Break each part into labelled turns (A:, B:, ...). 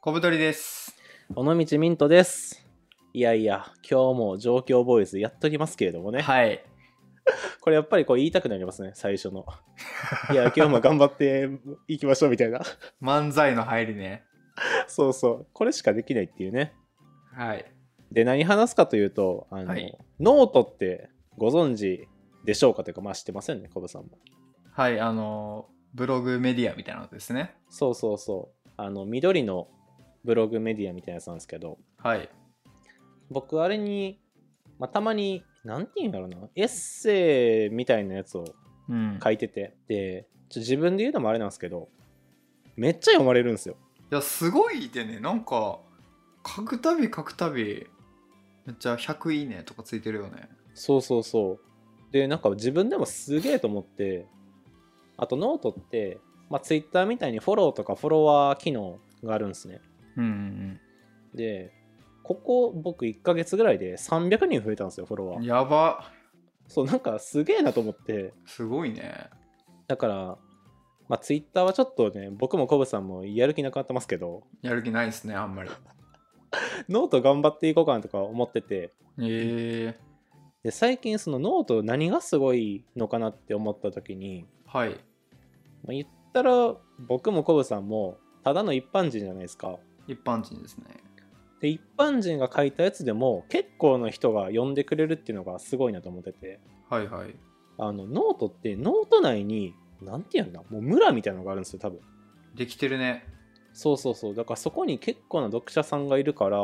A: 小太りです。
B: 尾道ミントです。いやいや、今日も状況ボーイズやっときますけれどもね、
A: はい。
B: これやっぱりこう言いたくなりますね、最初 の。いや、今日も頑張っていきましょうみたいな。
A: 漫才の入りね。
B: そうそう、これしかできないっていうね。
A: はい。
B: で、何話すかというと、あの
A: はい
B: ノートってご存知でしょうかというか、まあ知ってませんね、コブさんも。
A: はい、あのー、ブログメディアみたいなのですね。
B: そうそうそう、あの緑のブログメディアみたいなやつなんですけど、
A: はい。
B: 僕あれに、まあ、たまに何て言うんだろうなエッセイみたいなやつを
A: うん。
B: 書いててでちょ自分で言うのもあれなんですけどめっちゃ読まれるんですよ
A: いや、すごいでね、なんか、書くたび書くたび、めっちゃ100いいねとかついてるよね。
B: そうそうそうでなんか自分でもすげえと思ってあとノートって、まあ、Twitter みたいにフォローとかフォロワー機能があるんですね
A: うんうん
B: でここ僕1ヶ月ぐらいで300人増えたんですよフォロワ
A: うん。
B: ー
A: やば。
B: そうなんかすげえなと思って
A: すごいね。
B: だから、まあ、ツイッターはちょっとね、僕もコブさんもやる気なくなってますけど、
A: やる気ないですね、あんまり。
B: ノート頑張っていこうかなとか思ってて、
A: ええ
B: で最近そのノート何がすごいのかなって思った時に、
A: はい。
B: まあ、言ったら僕もコブさんもただの一般人じゃないですか。
A: 一般人ですね。
B: で一般人が書いたやつでも結構の人が読んでくれるっていうのがすごいなと思ってて
A: はいはい。
B: あのノートってノート内に何て言うんだもう村みたいなのがあるんですよ多分
A: できてるね。
B: そうそうそうだからそこに結構な読者さんがいるから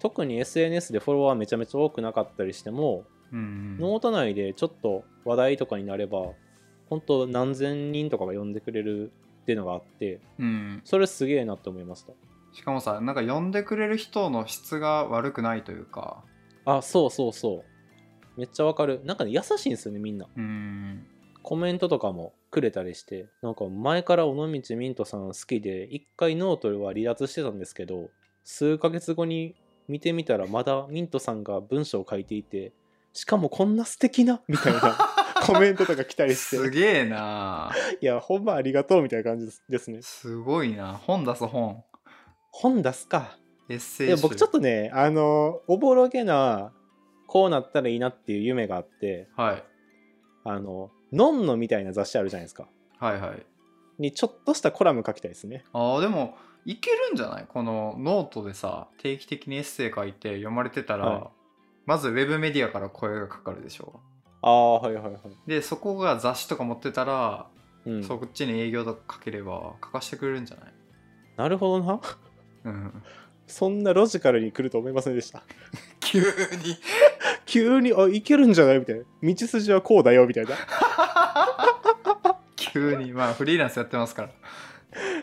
B: 特に SNS でフォロワーめちゃめちゃ多くなかったりしても、
A: うん、う
B: ノ
A: ん。
B: ート内でちょっと話題とかになれば本当何千人とかが呼んでくれるっていうのがあって
A: うん。
B: それすげえなって思いました
A: しかもさ、なんか呼んでくれる人の質が悪くないというか。
B: あそうそうそうめっちゃわかるなんかね優しいんですよねみんな
A: うん。
B: コメントとかもくれたりしてなんか前から尾道ミントさん好きで一回ノートは離脱してたんですけど数ヶ月後に見てみたらまだミントさんが文章を書いていてしかもこんな素敵なみた いなコメントとか来たり
A: す
B: して
A: げえない
B: やほんまありがとうみたいな感じですですね
A: すごいな本出す本
B: 本出すか
A: エッセ
B: い
A: イ集
B: や僕ちょっとねあのおぼろげなこうなったらいいなっていう夢があって
A: はい
B: あののんのみたいな雑誌あるじゃないですか
A: はいはい
B: にちょっとしたコラム書きたいですね
A: あーでもいけるんじゃないこのノートでさ定期的にエッセイ書いて読まれてたら、
B: は
A: まずウェブメディアから声がかかるでしょ
B: ああはいはいはい、
A: でそこが雑誌とか持ってたら、
B: うん、
A: そっちに営業とかかければ書かしてくれるんじゃない
B: なるほどな
A: うん
B: そんなロジカルに来ると思いませんでした
A: 急に
B: 急にあいけるんじゃないみたいな道筋はこうだよみたい な
A: 急にまあフリーランスやってますから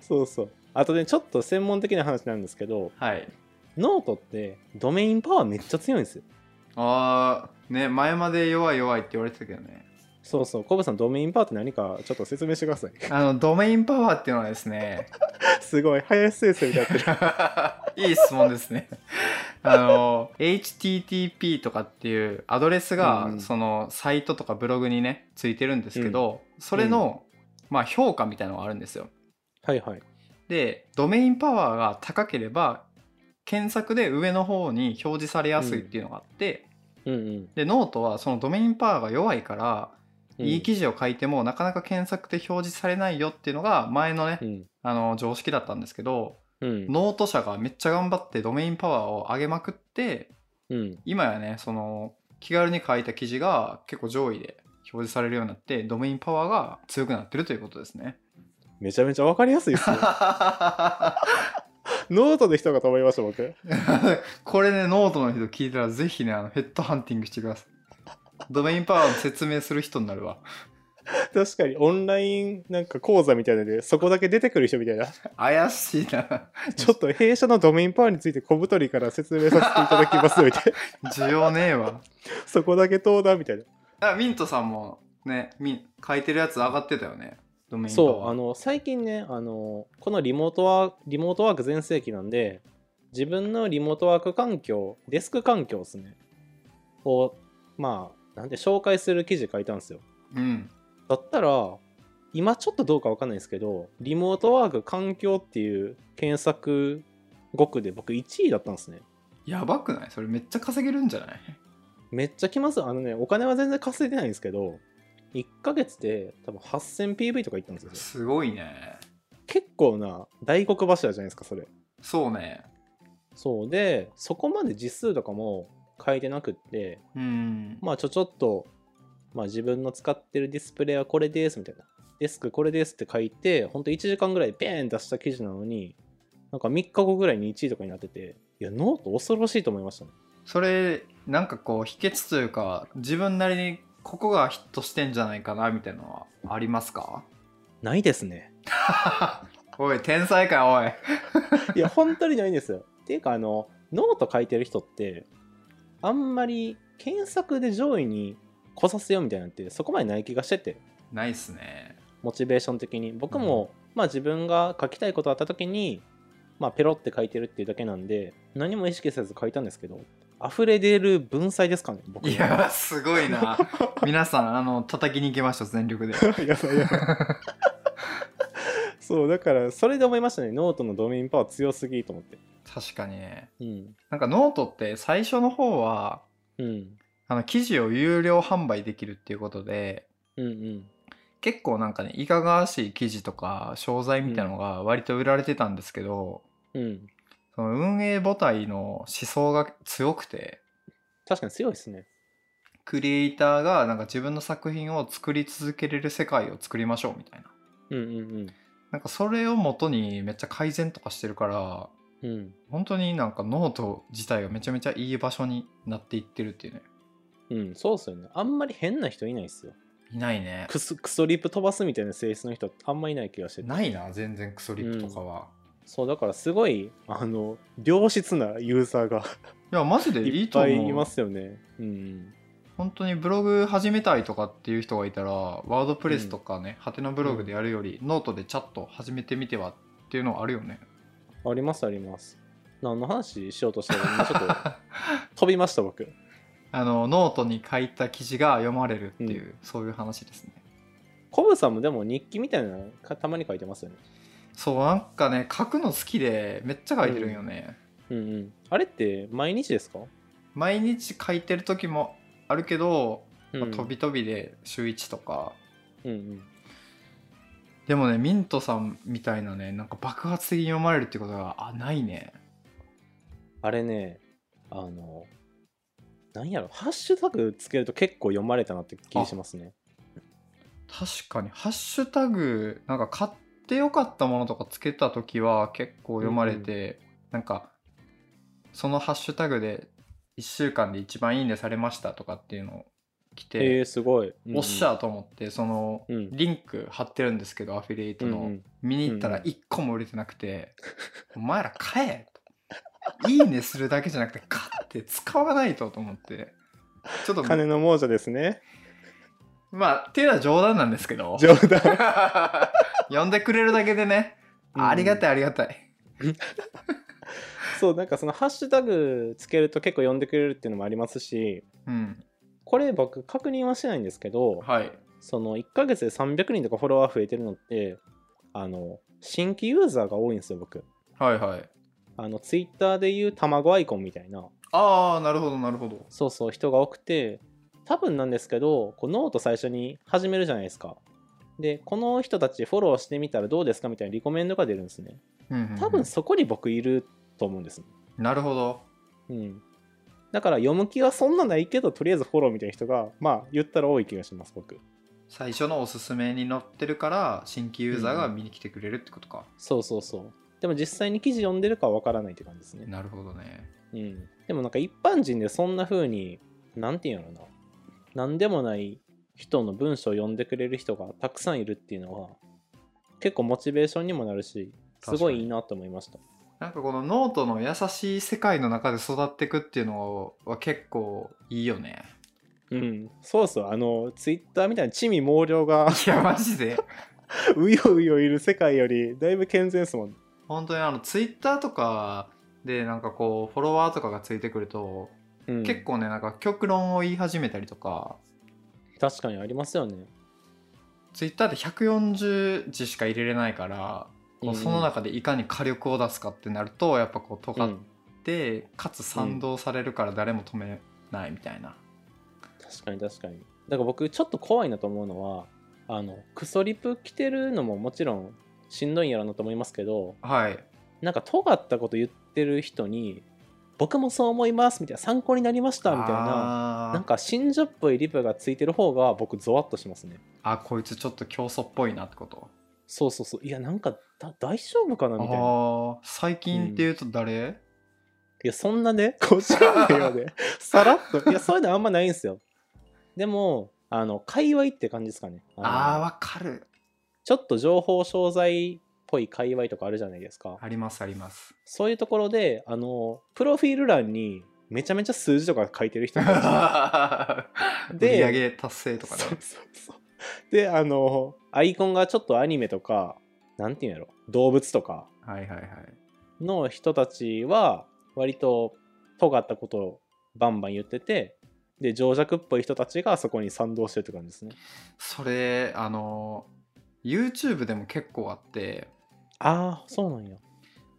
B: そうそうあとねちょっと専門的な話なんですけど
A: はい
B: ノートってドメインパワーめっちゃ強いんですよ
A: あーね前まで弱い弱いって言われてたけどね
B: そうそうコブさんドメインパワーって何かちょっと説明してくだ さい
A: あのドメインパワーっていうのはです ね
B: すごい林先生みたいになってる
A: いい質問ですね。あの HTTP とかっていうアドレスが、
B: うんうん
A: そのサイトとかブログにねついてるんですけど、それの、まあ、評価みたいなのがあるんですよ。
B: はいはい
A: でドメインパワーが高ければ検索で上の方に表示されやすいっていうのがあって、
B: うんうん
A: でノートはそのドメインパワーが弱いから、
B: うん
A: いい記事を書いてもなかなか検索で表示されないよっていうのが前のね、
B: うん
A: あの常識だったんですけど、
B: うん
A: ノート社がめっちゃ頑張ってドメインパワーを上げまくって
B: うん
A: 今やねその気軽に書いた記事が結構上位で表示されるようになってドメインパワーが強くなってるということです ね。
B: めちゃめちゃわかりやすいです ねノートで人がと思いました僕
A: これねノートの人聞いたらぜひねあのヘッドハンティングしてください。ドメインパワーの説明する人になるわ。
B: 確かにオンラインなんか講座みたいなのでそこだけ出てくる人みた いな
A: 怪しいな。
B: ちょっと弊社のドメインパワーについて小太りから説明させていただきますみたい な
A: 需要ねえわ。
B: そこだけ登壇みたいな
A: あミントさんもねミン書いてるやつ上がってたよね。ドメインパワー。
B: そうあの最近ねあのこのリモートワークリモートワーク全盛期なんで自分のリモートワーク環境デスク環境ですねをまあなんで紹介する記事書いたんですよ
A: うん。
B: だったら今ちょっとどうかわかんないですけどリモートワーク環境っていう検索5区で僕1位だったんですね
A: やばくないそれめっちゃ稼げるんじゃない
B: めっちゃ来ますあのねお金は全然稼いでないんですけど1ヶ月で多分 8000PV とかいったんですよ
A: すごいね
B: 結構な大黒柱じゃないですかそれ
A: そうね
B: そうでそこまで実数とかも変えてなくって
A: うん
B: まあちょちょっと、まあ、自分の使ってるディスプレイはこれですみたいなデスクこれですって書いてほんと1時間ぐらいでペーン出した記事なのになんか3日後ぐらいに1位とかになってていやノート恐ろしいと思いましたね
A: それなんかこう秘訣というか自分なりにここがヒットしてんじゃないかなみたいなのはありますか
B: ないですね
A: おい天才かよおい
B: いや本当にないんですよっていうかあのノート書いてる人ってあんまり検索で上位に来させようみたいなんてそこまでない気がしてて
A: ないっすね
B: モチベーション的に僕も、まあ自分が書きたいことあった時に、まあ、ペロって書いてるっていうだけなんで何も意識せず書いたんですけど溢れ出る文才ですかね僕の
A: いやすごいな皆さんあの叩きに行きました全力で
B: やばいやばいそうだからそれで思いましたねノートのドメインパワー強すぎと思って
A: 確かにね
B: うん
A: なんかノートって最初の方は
B: うん
A: あの記事を有料販売できるっていうことで
B: うんうん
A: 結構なんかねいかがわしい記事とか商材みたいなのが割と売られてたんですけど、
B: うん
A: その運営母体の思想が強くて
B: 確かに強いですね
A: クリエイターがなんか自分の作品を作り続けれる世界を作りましょうみたいな
B: うんうん
A: なんかそれを元にめっちゃ改善とかしてるから
B: うんうん
A: 本当になんかノート自体がめちゃめちゃいい場所になっていってるっていうね
B: うん、そうっすよね。あんまり変な人いないっすよ。
A: いないね
B: クソ、クソリップ飛ばすみたいな性質の人あんまいない気がしてて。
A: ないな全然クソリップとかは、
B: そう、だからすごい、あの、良質なユーザーが
A: いやマジでい
B: い
A: い
B: っ
A: と思う
B: ぱいいますよね。うん。
A: 本当にブログ始めたいとかっていう人がいたらワードプレスとかね、ハテナブログでやるより、ノートでチャット始めてみてはっていうのはあるよね
B: ありますあります。何の話しようとしたら、今ちょっ と飛びました、僕。
A: あのノートに書いた記事が読まれるっていう、そういう話ですね
B: コブさんもでも日記みたいなのかたまに書いてますよね。
A: そうなんかね書くの好きでめっちゃ書いてるんよね、
B: うんうん。あれって毎日ですか、
A: 毎日書いてる時もあるけど、
B: うん、
A: まあ飛び飛びで週1とか
B: うんうん。
A: でもねミントさんみたいなねなんか爆発的に読まれるってことがあないね
B: あれね、あの、なんやろ、ハッシュタグつけると結構読まれたなって気しますね。
A: 確かにハッシュタグなんか買ってよかったものとかつけた時は結構読まれて、なんかそのハッシュタグで1週間で一番いいねされましたとかっていうのを来
B: え
A: て、
B: ー、すごい。うんうん
A: おっしゃーと思ってその
B: うん。
A: リンク貼ってるんですけどアフィリエイトの、
B: うんうん
A: 見に行った
B: う
A: ら
B: ん
A: 1個も売れてなくて「お前ら買え!」いいねするだけじゃなくて買って使わないとと思ってちょっと
B: 金の亡者で すね。
A: まあっていうのは冗談なんですけど
B: 冗談。
A: 呼んでくれるだけでね、ありが
B: い。
A: たいありがたい
B: そう、なんかそのハッシュタグつけると結構呼んでくれるっていうのもありますし、
A: うん
B: これ僕確認はしてないんですけど、
A: はい
B: その1ヶ月で300人とかフォロワー増えてるのって、あの、新規ユーザーが多いんですよ、僕。
A: はいはい
B: あの、ツイッターでいう卵アイコンみたいな、
A: ああなるほどなるほど
B: そうそう、人が多くて、多分なんですけど、こうノート最初に始めるじゃないですか。で、この人たちフォローしてみたらどうですかみたいなリコメンドが出るんですね。
A: うんうんうん
B: 多分そこに僕いると思うんですね。
A: なるほど
B: うん、だから読む気はそんなないけどとりあえずフォローみたいな人がまあ言ったら多い気がします僕
A: 最初のおすすめに載ってるから新規ユーザーが見に来てくれるってことか、
B: そうそうそうでも実際に記事読んでるかはわからないって感じですね、
A: なるほどね
B: うん、でもなんか一般人でそんな風になんて言うんやろな何でもない人の文章を読んでくれる人がたくさんいるっていうのは結構モチベーションにもなるしすごいいいなと思いました
A: なんかこのノートの優しい世界の中で育ってくっていうのは結構いいよね。
B: うんそうそうあのツイッターみたいな地味猛量が
A: いやマジで
B: うようよいる世界よりだいぶ健全ですもん
A: 本当にあのツイッターとかでなんかこうフォロワーとかがついてくると、
B: うん
A: 結構ねなんか極論を言い始めたりとか
B: 確かにありますよね
A: ツイッターで140字しか入れれないからこうその中でいかに火力を出すかってなるとやっぱこう尖
B: う
A: っ
B: ん、
A: て、かつ賛同されるから誰も止めないみたいな、
B: 確かに確かにだから僕ちょっと怖いなと思うのはあのクソリプ着てるのももちろんしんどいんやろなと思いますけど
A: はい
B: なんか尖ったこと言ってる人に「僕もそう思います」みたいな「参考になりました」みたいな
A: あー
B: なんか信者っぽいリプがついてる方が僕ゾワッとしますね
A: あこいつちょっと競争っぽいなってこと
B: そうそうそういやなんかだ大丈夫かな
A: あ
B: みたいない
A: ー最近って言うと誰、
B: やそんなね50年 までさらっといやそういうのあんまないんですよでもあの界隈って感じですかねあの
A: あーわかる
B: ちょっと情報商材っぽい界隈とかあるじゃないですか
A: ありますあります
B: そういうところであのプロフィール欄にめちゃめちゃ数字とか書いてる人もいるん ですよ
A: 売り上げ達成とかね
B: そうそうそうであのアイコンがちょっとアニメとかなんていうんやろ動物とか
A: はいはいはい
B: の人たちは割と尖ったことをバンバン言っててで情弱っぽい人たちがそこに賛同してるって感じですね
A: それあの YouTube でも結構あって
B: ああそうなんや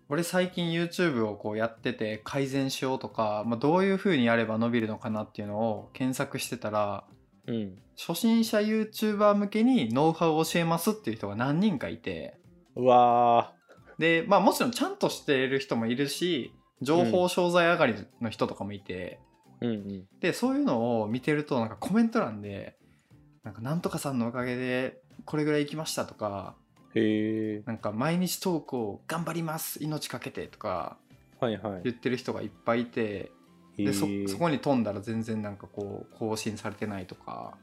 A: 俺最近 YouTube をこうやってて改善しようとか、まあ、どういう風にやれば伸びるのかなっていうのを検索してたら
B: うん
A: 初心者 YouTuber 向けにノウハウを教えますっていう人が何人かいて
B: うわ
A: でまあもちろんちゃんとしてる人もいるし情報商材上がりの人とかもいて、
B: ーうんうん
A: でそういうのを見てるとなんかコメント欄で「なんかなんとかさんのおかげでこれぐらい行きました」とか
B: へえ
A: 「なんか毎日投稿頑張ります命かけて」とか
B: はいはい
A: 言ってる人がいっぱいいて
B: へ
A: でそ
B: ー
A: そこに飛んだら全然なんかこう更新されてないとか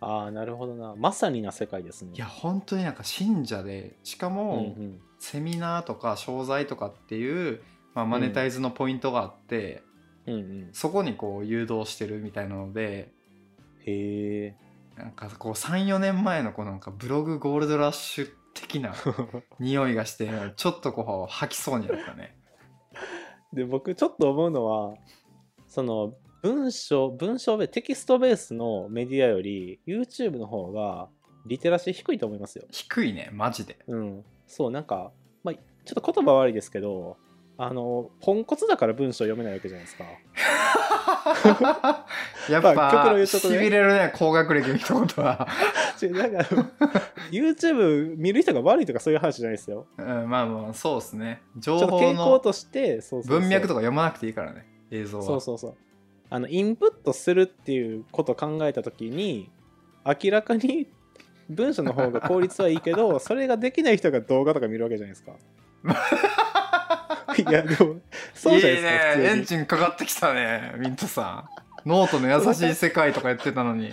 B: ああなるほどなまさにな世界ですね
A: いや本当になんか信者でしか
B: うん
A: も、
B: うん
A: セミナーとか商材とかっていう、まあ、マネタイズのポイントがあって。
B: うんうん
A: そこにこう誘導してるみたいなので
B: へえ
A: なんかこう34年前のこうなんかブログゴールドラッシュ的 な匂いがしてちょっとこう吐きそうになったね
B: で僕ちょっと思うのはその文章文章でテキストベースのメディアより YouTube の方がリテラシー低いと思いますよ。
A: 低いねマジ で
B: うん、そうなんか、まあ、ちょっと言葉悪いですけどあのポンコツだから文章読めないわけじゃないです か。
A: やっぱ、
B: まあ極論言うと
A: し
B: ね
A: びれるね高学歴の一言は、
B: 違うなんか YouTube 見る人が悪いとかそういう話じゃないですよ。
A: うん、まあまあそうですね情
B: ちょっと
A: 報
B: 傾向
A: の
B: としてそうそうそう
A: 文脈とか読まなくていいからね映像は
B: そうそうそうあのインプットするっていうことを考えた時に明らかに文章の方が効率はいいけ どそれができない人が動画とか見るわけじゃないですかいやでもそうじゃない
A: い
B: ですか
A: ねエン
B: 普通に
A: ジンかかってきたねミントさんノートの優しい世界とか言ってたの に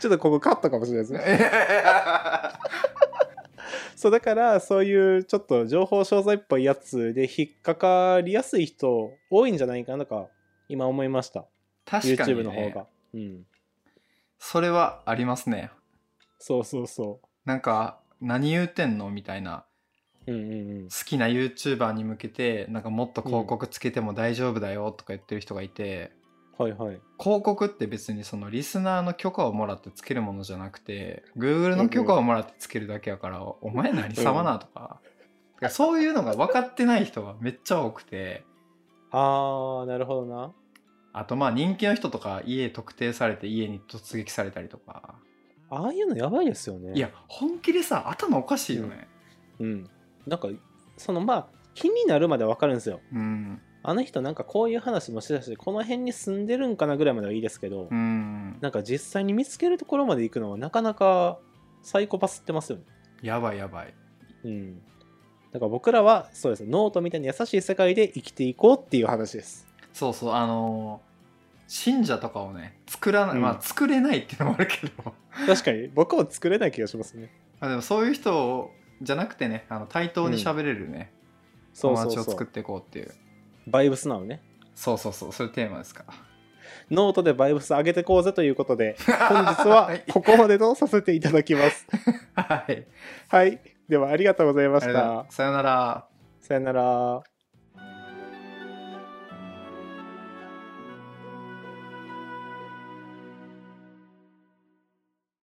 B: ちょっとここカットかもしれないですね
A: は
B: そうだからそういうちょっと情報商材っぽいやつで引っかかりやすい人多いんじゃないかなとか今思いました、
A: 確かに、ね、
B: YouTube の方がうん
A: それはありますね
B: そうそうそ
A: なんか何言うてんのみたいな
B: ううんうんうん
A: 好きな YouTuber に向けてなんかもっと広告つけても大丈夫だよとか言ってる人がいて、
B: はいはい
A: 広告って別にそのリスナーの許可をもらってつけるものじゃなくて Google の許可をもらってつけるだけやからお前何様なとか,、そういうのが分かってない人がめっちゃ多くて
B: ああなるほどな
A: あとまあ人気の人とか家特定されて家に突撃されたりとか
B: ああいうのやばいですよね。
A: いや、本気でさ頭おかしいよね
B: うん、なんかそのまあ気になるまでわかるんですよ。
A: うん
B: あの人なんかこういう話もしてたしこの辺に住んでるんかなぐらいまではいいですけど、
A: うん
B: なんか実際に見つけるところまで行くのはなかなかサイコパスってますよね。
A: やばいやばい
B: うん、だから僕らはそうですノートみたいな優しい世界で生きていこうっていう話 です。
A: そうそうあのー信者とかをね作らない、
B: うん
A: まあ作れないっていうのもあるけど
B: 確かに僕も作れない気がしますね。
A: あでもそういう人をじゃなくてねあの対等に喋れるね、
B: そう
A: 友
B: そう
A: 達を
B: そ
A: 作っ
B: う。
A: ていこうっていう
B: バイブスなのね。
A: そうそうそうそれテーマですから
B: ノートでバイブス上げてこうぜというこ とで本日は
A: い
B: ここまでとさせていただきます。
A: はい
B: はい。ではありがとうございま
A: あ
B: し
A: りがとうござい
B: た
A: ま。すさよなら
B: さよなら。